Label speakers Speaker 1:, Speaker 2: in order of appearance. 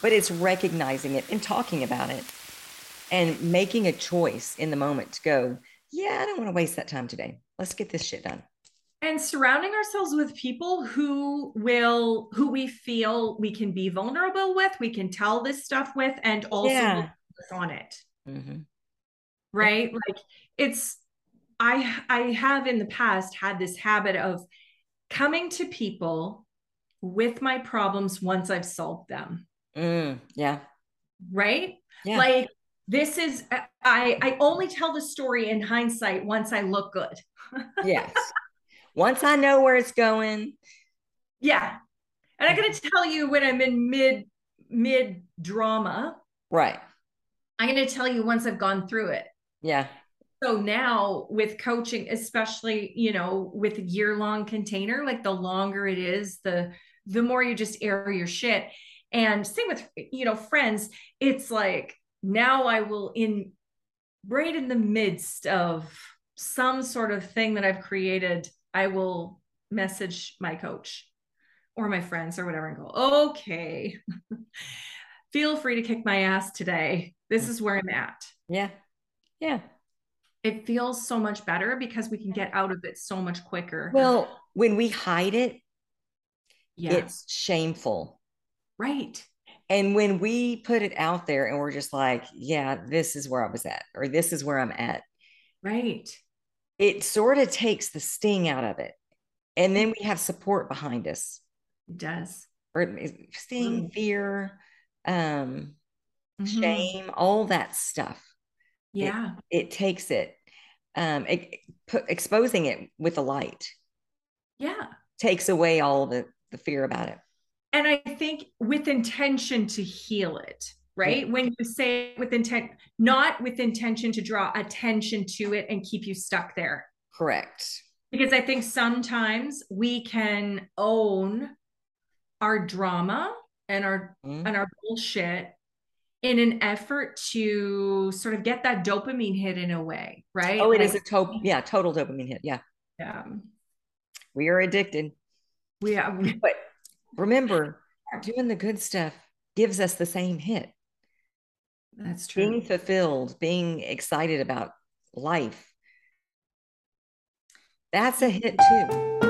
Speaker 1: but it's recognizing it and talking about it and making a choice in the moment to go, yeah, I don't want to waste that time today. Let's get this shit done.
Speaker 2: And surrounding ourselves with people who will, who we feel we can be vulnerable with, we can tell this stuff with, and also
Speaker 1: Yeah.
Speaker 2: on it.
Speaker 1: Mm-hmm.
Speaker 2: right like it's i i have in the past had this habit of coming to people with my problems once i've solved them
Speaker 1: Mm, yeah.
Speaker 2: right
Speaker 1: Yeah.
Speaker 2: like this is i i only tell the story in hindsight once i look good
Speaker 1: yes. Once I know where it's going,
Speaker 2: yeah and i'm going to tell you when i'm in mid mid drama
Speaker 1: right.
Speaker 2: i'm going to tell you once i've gone through it
Speaker 1: Yeah.
Speaker 2: so now with coaching especially you know with a year long container like the longer it is the the more you just air your shit and same with you know friends it's like now i will in right in the midst of some sort of thing that i've created i will message my coach or my friends or whatever and go okay feel free to kick my ass today this is where i'm at
Speaker 1: Yeah. Yeah.
Speaker 2: it feels so much better because we can get out of it so much quicker.
Speaker 1: Well, when we hide it,
Speaker 2: yeah,
Speaker 1: it's shameful.
Speaker 2: right.
Speaker 1: And when we put it out there and we're just like, yeah, this is where I was at, or this is where I'm at,
Speaker 2: Right.
Speaker 1: it sort of takes the sting out of it. And then we have support behind us
Speaker 2: It does.
Speaker 1: or is- sting,
Speaker 2: Really?
Speaker 1: fear, um,
Speaker 2: Mhm.
Speaker 1: shame, all that stuff.
Speaker 2: Yeah.
Speaker 1: It takes it, um, it, pu- exposing it with the light
Speaker 2: Yeah.
Speaker 1: takes away all the, the fear about it.
Speaker 2: And I think with intention to heal it, right? When you say with intent, not with intention to draw attention to it and keep you stuck there.
Speaker 1: Correct.
Speaker 2: Because I think sometimes we can own our drama and our
Speaker 1: Mhm.
Speaker 2: and our bullshit in an effort to sort of get that dopamine hit in a way, right?
Speaker 1: Oh, it is
Speaker 2: Like,
Speaker 1: a to- yeah, total dopamine hit. Yeah.
Speaker 2: um,
Speaker 1: We are addicted.
Speaker 2: we are,
Speaker 1: Remember, doing the good stuff gives us the same hit.
Speaker 2: that's
Speaker 1: Being
Speaker 2: true.
Speaker 1: fulfilled, being excited about life. That's a hit too.